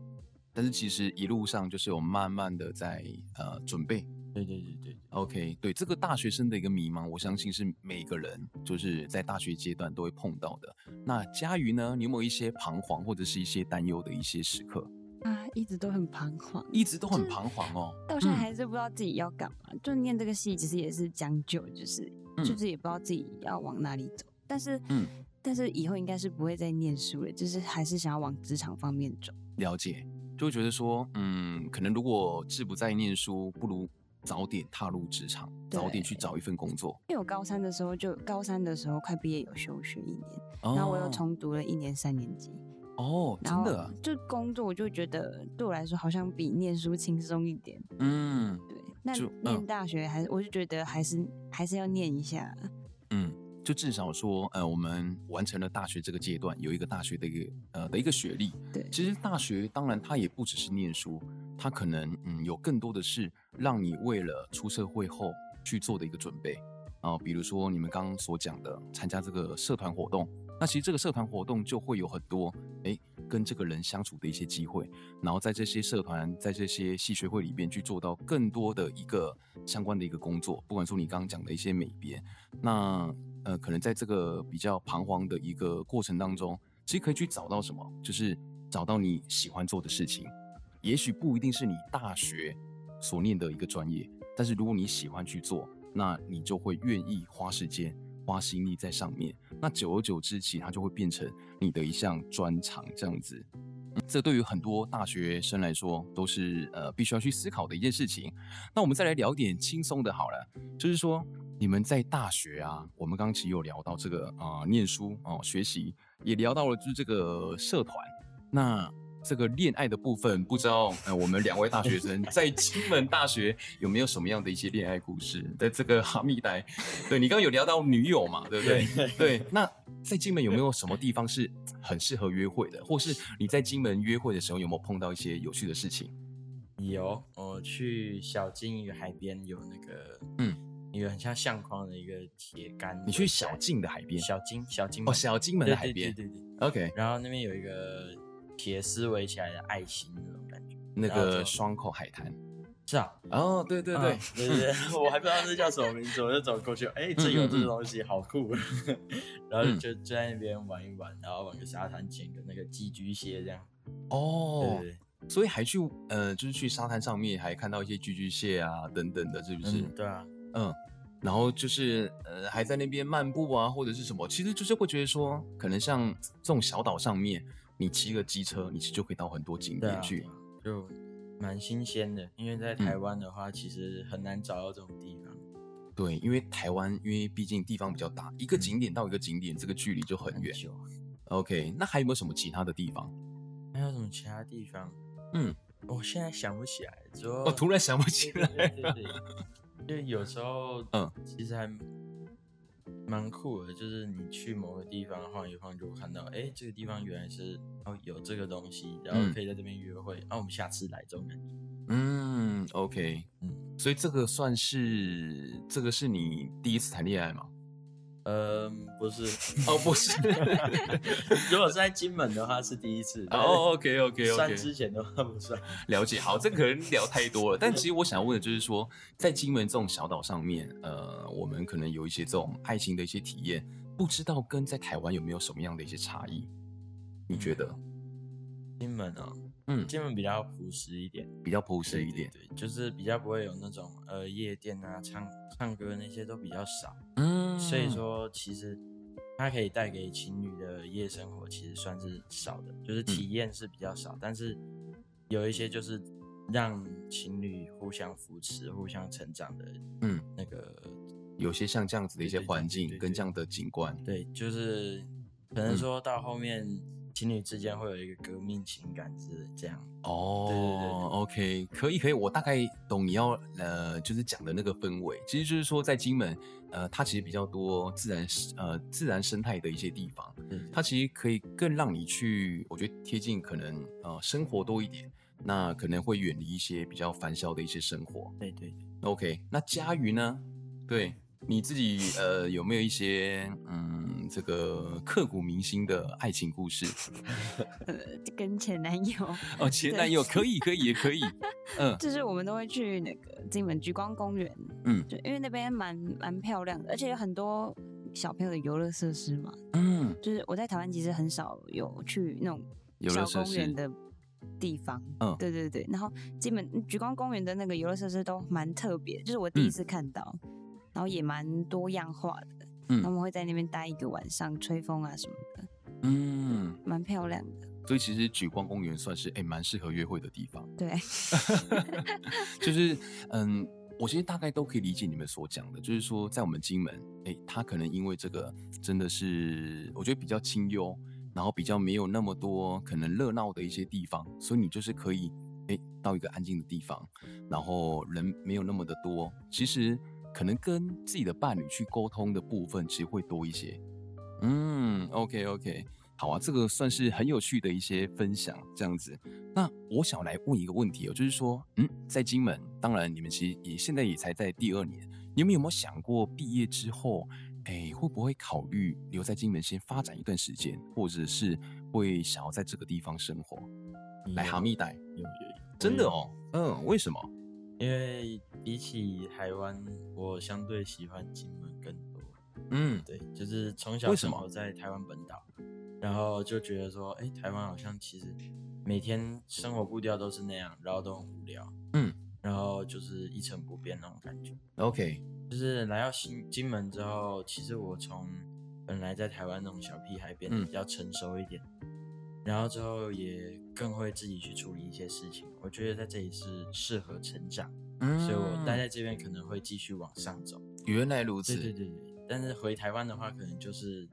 B: 但是其实一路上就是有慢慢的在呃准备
C: 对对对对对，
B: ，OK，对这个大学生的一个迷茫，我相信是每个人就是在大学阶段都会碰到的。那佳瑜呢，你有没有一些彷徨或者是一些担忧的一些时刻？
D: 啊，一直都很彷徨，
B: 一直都很
D: 这
B: 彷徨哦。
D: 到现在
B: 嗯
D: 还是不知道自己要干嘛。就念这个戏，其实也是将就，就是
B: 嗯
D: 就是也不知道自己要往哪里走。但是，
B: 嗯
D: 但是以后应该是不会再念书了，就是还是想要往职场方面走。
B: 了解，就会觉得说，嗯，可能如果志不在念书，不如早点踏入职场，早点去找一份工作。
D: 因为我高三的时候就高三的时候快毕业有休学一年，
B: 哦
D: 然后我又重读了一年三年级，
B: 哦，
D: 然
B: 真
D: 后
B: 的啊，
D: 就工作我就觉得对我来说好像比念书轻松一点。
B: 嗯
D: 对，那
B: 就嗯
D: 念大学还是我就觉得还是还是要念一下。
B: 嗯，就至少说，呃，我们完成了大学这个阶段，有一个大学的一个呃的一个学历。
D: 对，
B: 其实大学当然它也不只是念书，它可能嗯有更多的是让你为了出社会后去做的一个准备啊、比如说你们刚刚所讲的参加这个社团活动，那其实这个社团活动就会有很多诶跟这个人相处的一些机会，然后在这些社团在这些系学会里边去做到更多的一个相关的一个工作，不管说你刚刚讲的一些美编，那呃，可能在这个比较彷徨的一个过程当中，其实可以去找到什么，就是找到你喜欢做的事情。也许不一定是你大学所念的一个专业，但是如果你喜欢去做，那你就会愿意花时间、花心力在上面。那久而久之，其实它就会变成你的一项专长，这样子。嗯这对于很多大学生来说都是呃必须要去思考的一件事情。那我们再来聊点轻松的好了。就是说你们在大学啊，我们刚刚其实有聊到这个啊、呃念书哦、学习也聊到了就是这个社团。那这个恋爱的部分，不知道呃，我们两位大学生在金门大学有没有什么样的一些恋爱故事？在这个哈密呆，对你刚刚有聊到女友嘛，对不对？对，那在金门有没有什么地方是很适合约会 的，或是你在金门约会的时候有没有碰到一些有趣的事情？
C: 有，我去小金鱼海边有那个，嗯，一个很像相框的一个铁杆。
B: 你去小静的海边
C: 小金小金
B: 哦，
C: 门
B: 小金门
C: 对
B: 的海
C: 对
B: 边
C: 对对对。
B: ，OK，
C: 然后那边有一个铁丝围起来的爱心那种感觉，
B: 那
C: 然后
B: 个
C: 就
B: 双口海滩。
C: 是啊，
B: 哦，对对对
C: 啊，对对对， 我还不知道这叫什么名字，我就走过去，哎，这有
B: 嗯嗯
C: 这东西，好酷，然后
B: 嗯
C: 就就在那边玩一玩，然后玩个沙滩，捡个那个寄居蟹这样，对
B: 哦，
C: 对
B: 所以还去呃，就是去沙滩上面还看到一些寄居蟹啊等等的，是不
C: 对，
B: 是？
C: 嗯，对啊，
B: 嗯，然后就是呃，还在那边漫步啊，或者是什么，其实就是会觉得说，可能像这种小岛上面，你骑个机车，你其实就可以到很多景
C: 对
B: 点
C: 啊，
B: 去。
C: 就蛮新鲜的，因为在台
B: 嗯
C: 湾的话，其实很难找到这种地方，
B: 对，因为台湾，因为毕竟地方比较大，一个景点到一个景点，这个距离就很
C: 很
B: 远。
C: 久。啊
B: OK，那还有没有什么其他的地方？
C: 还有什么其他地方？
B: 嗯，哦
C: 我现在想不起来，之后
B: 我突然想不起
C: 对对
B: 来。
C: 对对对，就有时候，
B: 嗯，
C: 其实还蛮酷的，就是你去某个地方晃一晃，就看到，哎，这个地方原来是哦有这个东西，然
B: 嗯
C: 后可以在这边约会，啊那、我们下次来这种感觉。
B: 嗯，OK，
C: 嗯
B: 所以这个算是这个是你第一次谈恋爱吗？
C: 嗯，不 是，
B: 哦，不是，
C: 如果是在金门的话是第一次，但是
B: 哦，OK OK
C: 算
B: OK，
C: 之前的话不算。
B: 了解。好，这可能聊太多了，但其实我想问的就是说，在金门这种小岛上面，呃，我们可能有一些这种爱情的一些体验，不知道跟在台湾有没有什么样的一些差异？你觉得？
C: 金门哦，
B: 嗯，
C: 金门比较朴实一点，
B: 比较朴实
C: 对
B: 一
C: 对
B: 点。
C: 对，就是比较不会有那种呃夜店啊、唱唱歌那些都比较少。
B: 嗯
C: 所以说其实它可以带给情侣的夜生活其实算是少的，
B: 嗯
C: 就是体验是比较少，但是有一些就是让情侣互相扶持、互相成长的，
B: 嗯，
C: 那个
B: 有些像这样子的一些
C: 对对对
B: 环
C: 对
B: 境
C: 对
B: 跟
C: 对
B: 这样的景观，
C: 对，就是可能说到后面。情侣之间会有一个革命情感之类这样。
B: 哦，OK，可以可以，我大概懂你要呃，就是讲的那个氛围，其实就是说在金门，呃，它其实比较多自然呃自然生态的一些地方，
C: 嗯，
B: 它其实可以更让你去，我觉得贴近可能呃生活多一点，那可能会远离一些比较烦嚣的一些生活。
C: 对对对，
B: OK，那佳瑜呢？对你自己呃有没有一些嗯这个刻骨铭心的爱情故事？
D: 呃，跟前男友，
B: 哦，前男友可以可以也可以，嗯
D: 就是我们都会去那个金门橘光公园，
B: 嗯
D: 就因为那边蛮蛮漂亮的，而且有很多小朋友的游乐设施嘛。
B: 嗯，
D: 就是我在台湾其实很少有去那种
B: 游乐设
D: 小公园
B: 施
D: 的地方，
B: 嗯
D: 对对对。然后基本橘光公园的那个游乐设施都蛮特别，就是我第一
B: 嗯
D: 次看到，然后也蛮多样化的。
B: 嗯
D: 他们会在那边待一个晚上，吹风啊什么的，
B: 嗯，
D: 蛮漂亮的。
B: 所以其实举光公园算是哎蛮适合约会的地方。
D: 对，
B: 就是嗯，我其实大概都可以理解你们所讲的，就是说在我们金门，哎、他可能因为这个真的是我觉得比较清幽，然后比较没有那么多可能热闹的一些地方，所以你就是可以哎、到一个安静的地方，然后人没有那么的多，其实可能跟自己的伴侣去沟通的部分其实会多一些。嗯，OK OK。好啊，这个算是很有趣的一些分享，这样子。那我想来问一个问题哦，就是说，嗯，在金门，当然你们其实也现在也才在第二年，你们有没有想过毕业之后，哎，会不会考虑留在金门先发展一段时间，或者是会想要在这个地方生活？来
C: 有
B: 哈密带，
C: 有有有，
B: 真的哦，嗯，为什么？
C: 因为比起台湾，我相对喜欢金门更多。
B: 嗯
C: 对，就是从小
B: 为什
C: 生
B: 么
C: 活在台湾本岛，然后就觉得说，哎、台湾好像其实每天生活步调都是那样，然后都很无聊，
B: 嗯，
C: 然后就是一成不变那种感觉。
B: ，OK，
C: 就是来到新金门之后，其实我从本来在台湾那种小屁孩变得
B: 嗯
C: 比较成熟一点，然后之后也更会自己去处理一些事情。我觉得在这里是适合成长，
B: 嗯
C: 所以我待在这边可能会继续往上走。
B: 原来如此，
C: 对对对对，但是回台湾的话，可能就是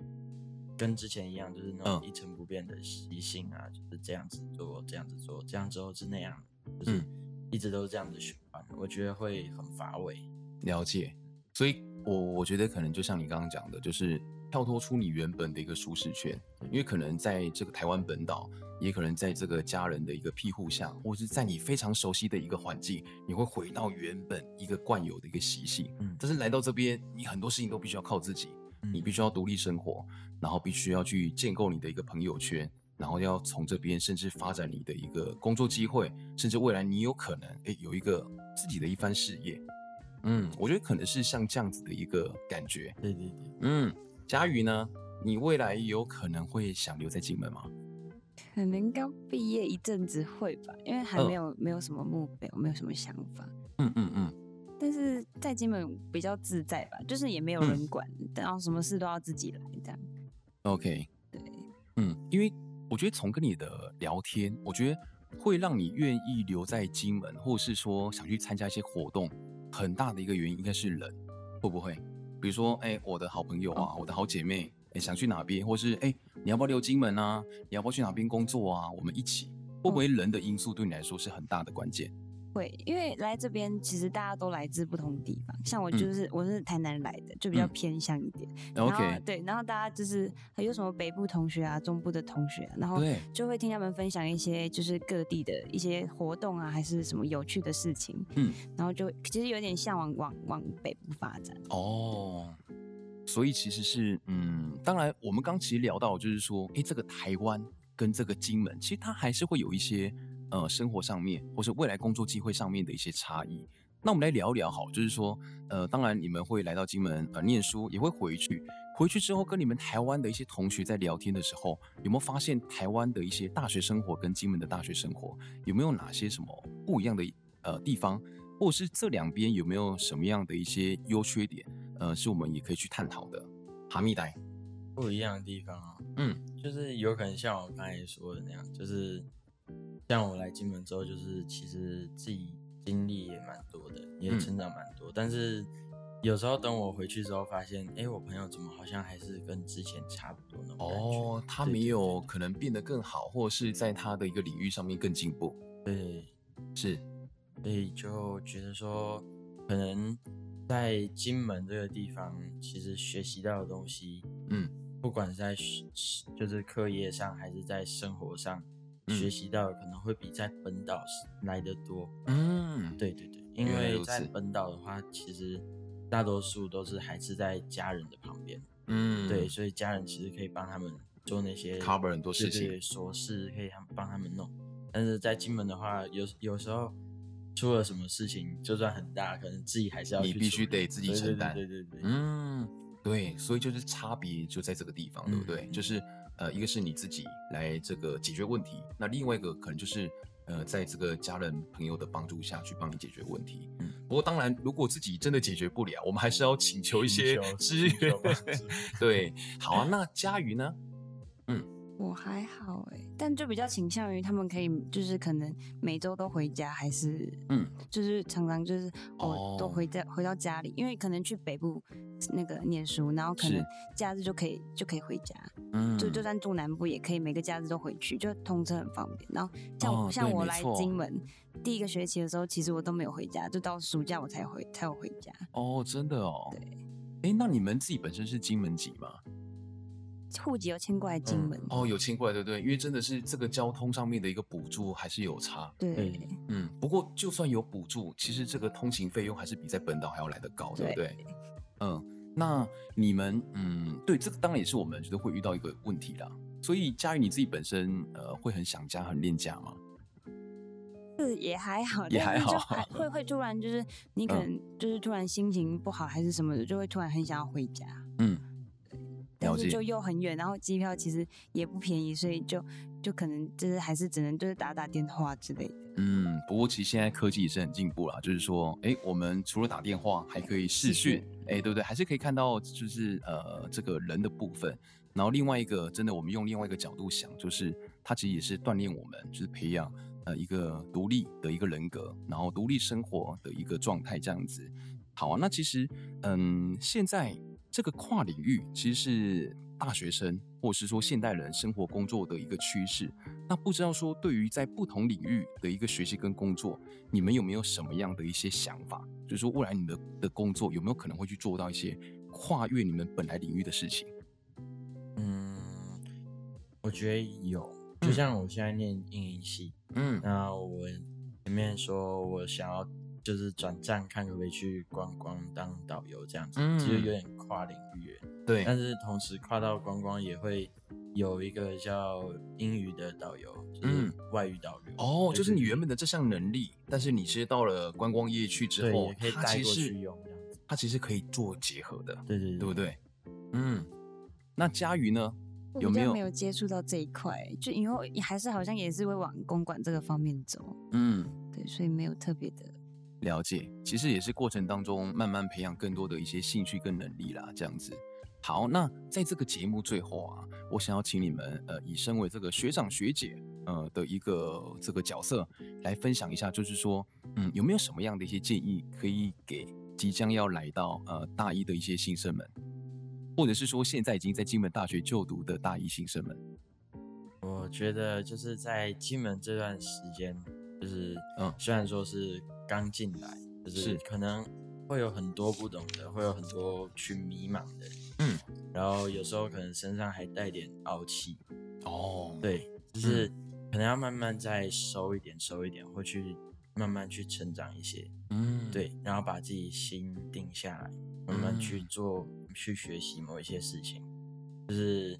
C: 跟之前一样，就是那
B: 嗯
C: 种一成不变的习性啊，就是这样子做，这样子做，这样之后是那样，就是一直都是这样子循环，我觉得会很乏味。
B: 了解，所以我我觉得可能就像你刚刚讲的，就是跳脱出你原本的一个舒适圈，因为可能在这个台湾本岛，也可能在这个家人的一个庇护下，或是在你非常熟悉的一个环境，你会回到原本一个惯有的一个习性。
C: 嗯
B: 但是来到这边，你很多事情都必须要靠自己，你必须要独立生活，然后必须要去建构你的一个朋友圈，然后要从这边甚至发展你的一个工作机会，甚至未来你有可能诶有一个自己的一番事业。嗯，我觉得可能是像这样子的一个感觉。
C: 对对对，
B: 嗯，佳宇呢，你未来有可能会想留在金门吗？
D: 可能刚毕业一阵子会吧，因为还
B: 嗯
D: 没有、没有什么目标，没有什么想法。
B: 嗯嗯嗯，
D: 但是在金门比较自在吧，就是也没有
B: 嗯
D: 人管，然后什么事都要自己来这样。
B: OK，
D: 对，
B: 嗯，因为我觉得从跟你的聊天，我觉得会让你愿意留在金门，或是说想去参加一些活动，很大的一个原因应该是人，会不会？比如说，哎、我的好朋友啊，我的好姐妹，哎、想去哪边，或是哎、你要不要留金门啊？你要不要去哪边工作啊？我们一起，
D: 嗯
B: 会不会人的因素对你来说是很大的关键？
D: 会，因为来这边其实大家都来自不同地方，像我就是、我是台南来的，就比较
B: 嗯
D: 偏向一点。然
B: OK，
D: 后对，然后大家就是还有什么北部同学啊、中部的同学啊、然后
B: 对，
D: 就会听他们分享一些就是各地的一些活动啊，还是什么有趣的事情。
B: 嗯，
D: 然后就其实有点向往往往北部发展。
B: 哦，所以其实是嗯，当然我们刚其实聊到就是说，诶，这个台湾跟这个金门，其实它还是会有一些呃生活上面或是未来工作机会上面的一些差异。那我们来聊一聊好，就是说，呃，当然你们会来到金门呃念书，也会回去。回去之后，跟你们台湾的一些同学在聊天的时候，有没有发现台湾的一些大学生活跟金门的大学生活有没有哪些什么不一样的呃地方，或者是这两边有没有什么样的一些优缺点，呃，是我们也可以去探讨的。哈密呆，
C: 不一样的地方啊，
B: 嗯，
C: 就是有可能像我刚才说的那样，就是像我来金门之后，就是其实自己经历也蛮多的，也
B: 嗯
C: 成长蛮多，但是有时候等我回去之后，发现，哎，我朋友怎么好像还是跟之前差不多那种感觉
B: 哦，他
C: 对
B: 没
C: 对
B: 有
C: 对
B: 可能变得更好，或是在他的一个领域上面更进步。是，
C: 所以就觉得说，可能在金门这个地方，其实学习到的东西，
B: 嗯，
C: 不管是在学就是课业上，还是在生活上，
B: 嗯
C: 学习到的可能会比在本岛来的多。
B: 嗯，
C: 对对对，因
B: 原来
C: 为
B: 如
C: 在
B: 此
C: 本岛的话，其实大多数都是还是在家人的旁边，
B: 嗯，
C: 对，所以家人其实可以帮他们做那些
B: cover 很多事
C: 对对
B: 情
C: 对琐事，可以他们帮他们弄。但是在金门的话，有有时候出了什么事情，就算很大，可能自己还是要
B: 你
C: 去
B: 必
C: 处
B: 须
C: 理
B: 得自己
C: 对对
B: 承担
C: 对对对对，
B: 嗯，对，所以就是差别就在这个地方，对不对？
C: 嗯
B: 就是呃，一个是你自己来这个解决问题，那另外一个可能就是呃，在这个家人朋友的帮助下去帮你解决问题。
C: 嗯
B: 不过当然，如果自己真的解决不了，我们还是要请求一些支
C: 寻求
B: 援。
C: 帮助
B: 对，好啊，那佳瑜呢？
D: 我还好哎、但就比较倾向于他们可以，就是可能每周都回家，还是
B: 嗯，
D: 就是常常就是
B: 哦
D: 哦，都回家回到家里，因为可能去北部那个念书，然后可能
B: 是
D: 假日就可以就可以回家，
B: 嗯，
D: 就就算住南部也可以每个假日都回去，就通车很方便。然后像我、
B: 哦
D: 像
B: 对
D: 我
B: 没
D: 来
B: 错
D: 金门第一个学期的时候，其实我都没有回家，就到暑假我才回才有回家。
B: 哦，真的哦，
D: 对。
B: 哎，那你们自己本身是金门籍吗？
D: 户籍有迁过来金
C: 嗯
D: 门，
B: 哦，有迁过来，对不对？因为真的是这个交通上面的一个补助还是有差。
D: 对
C: 对
B: 嗯，不过就算有补助，其实这个通勤费用还是比在本岛还要来得高，对不对？嗯，那你们，嗯，对，这个当然也是我们觉得会遇到一个问题啦。所以佳宇你自己本身，呃，会很想家、很恋家吗？
D: 是也还好，
B: 也
D: 但
B: 还
D: 是就
B: 好
D: 还会会突然就是你可
B: 嗯
D: 能就是突然心情不好还是什么的，就会突然很想要回家，
B: 嗯，了
D: 但是
B: 解
D: 就又很远，然后机票其实也不便宜，所以就就可能就是还是只能就是打打电话之类的。
B: 嗯，不过其实现在科技也是很进步啦，就是说，哎，我们除了打电话，还可以视
D: 视讯
B: 讯，哎，对不对？还是可以看到，就是呃，这个人的部分。然后另外一个，真的，我们用另外一个角度想，就是它其实也是锻炼我们，就是培养呃一个独立的一个人格，然后独立生活的一个状态这样子。好啊，那其实，嗯，现在这个跨领域其实是大学生或是说现代人生活工作的一个趋势。那不知道说，对于在不同领域的一个学习跟工作，你们有没有什么样的一些想法？就是说，未来你们的的工作有没有可能会去做到一些跨越你们本来领域的事情？
C: 嗯，我觉得有，就
B: 嗯
C: 像我现在念英语系，
B: 嗯
C: 那我前面说我想要就是转战，看可不可以去观光当导游这样子，其实
B: 嗯
C: 有点跨领域耶。
B: 对，
C: 但是同时跨到观光也会有一个叫英语的导游，就是
B: 嗯
C: 外语导游。
B: 哦，就是你原本的
C: 的
B: 这项能力，但是你其实到了观光业去之
C: 对
B: 后
C: 也，可以
B: 它
C: 带
B: 其
C: 过
B: 实
C: 去用这样子
B: 它其实可以做结合的，
C: 对对
B: 对不对？嗯，那佳瑜呢？
D: 我
B: 有
D: 比
B: 没
D: 较
B: 有
D: 没有接触到这一块，就以后还是好像也是会往公馆这个方面走，
B: 嗯，
D: 对，所以没有特别的。
B: 了解，其实也是过程当中慢慢培养更多的一些兴趣跟能力啦，这样子。好，那在这个节目最后啊，我想要请你们呃，以身为这个学长学姐呃的一个这个角色来分享一下，就是说，嗯，有没有什么样的一些建议可以给即将要来到呃大一的一些新生们，或者是说现在已经在金门大学就读的大一新生们？
C: 我觉得就是在金门这段时间，就是
B: 嗯
C: 虽然说是刚进来，就是是可能会有很多不懂的，会有很多去迷茫的，
B: 嗯，
C: 然后有时候可能身上还带点傲气，
B: 哦，
C: 对，就是可能要慢慢再收一点，收一点，或去慢慢去成长一些，
B: 嗯，
C: 对，然后把自己心定下来，慢慢去
B: 嗯
C: 做，去学习某一些事情。就是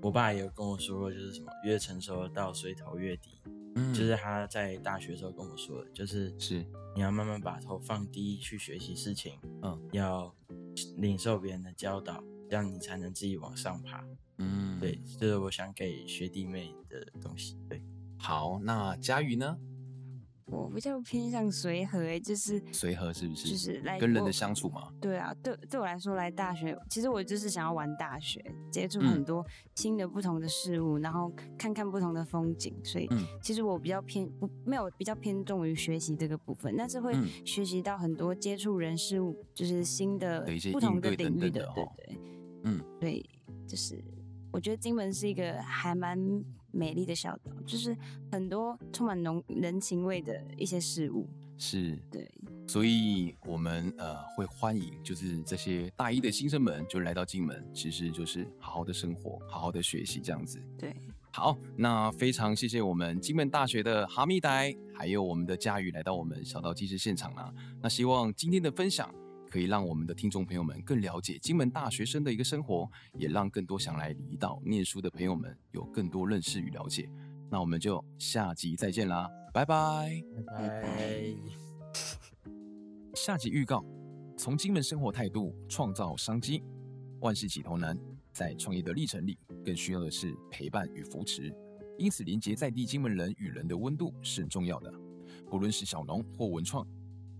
C: 我爸也有跟我说过，就是什么越成熟到水头越低，
B: 嗯，
C: 就是他在大学的时候跟我说的，就是
B: 是
C: 你要慢慢把头放低去学习事情，
B: 嗯，
C: 要领受别人的教导，这样你才能自己往上爬。
B: 嗯
C: 对，这、是我想给学弟妹的东西。对，
B: 好，那佳瑜呢？
D: 我比较偏向随和、欸，就是
B: 随和是不是？
D: 就是来
B: 跟人
D: 我
B: 的相处嘛。
D: 对啊，对对我来说，来大学其实我就是想要玩大学，接触
B: 嗯
D: 很多新的不同的事物，然后看看不同的风景。所以
B: 嗯
D: 其实我比较偏不没有比较偏重于学习这个部分，但是会
B: 嗯
D: 学习到很多接触人事物，就是新的
B: 的一些
D: 不同
B: 应
D: 的
B: 对
D: 领
B: 等
D: 域
B: 等的
D: 对
B: 哦
D: 对，
B: 嗯，
D: 所以就是我觉得金门是一个还蛮美丽的小岛，就是很多充满浓人情味的一些事物。
B: 是，
D: 对，
B: 所以我们呃会欢迎，就是这些大一的新生们就来到金门，其实就是好好的生活，好好的学习这样子。
D: 对，
B: 好，那非常谢谢我们金门大学的哈密呆，还有我们的佳宇来到我们小岛纪事现场啦、那希望今天的分享可以让我们的听众朋友们更了解金门大学生的一个生活，也让更多想来离岛念书的朋友们有更多认识与了解。那我们就下集再见啦，拜拜。
C: 拜拜。
B: 下集预告：从金门生活态度创造商机。万事起头难，在创业的历程里，更需要的是陪伴与扶持。因此，连接在地金门人与人的温度是很重要的。不论是小农或文创，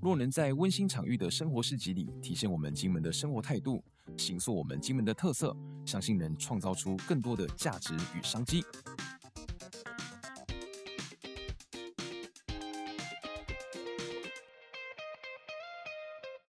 B: 若能在温馨场域的生活市集里体现我们金门的生活态度，形塑我们金门的特色，相信能创造出更多的价值与商机。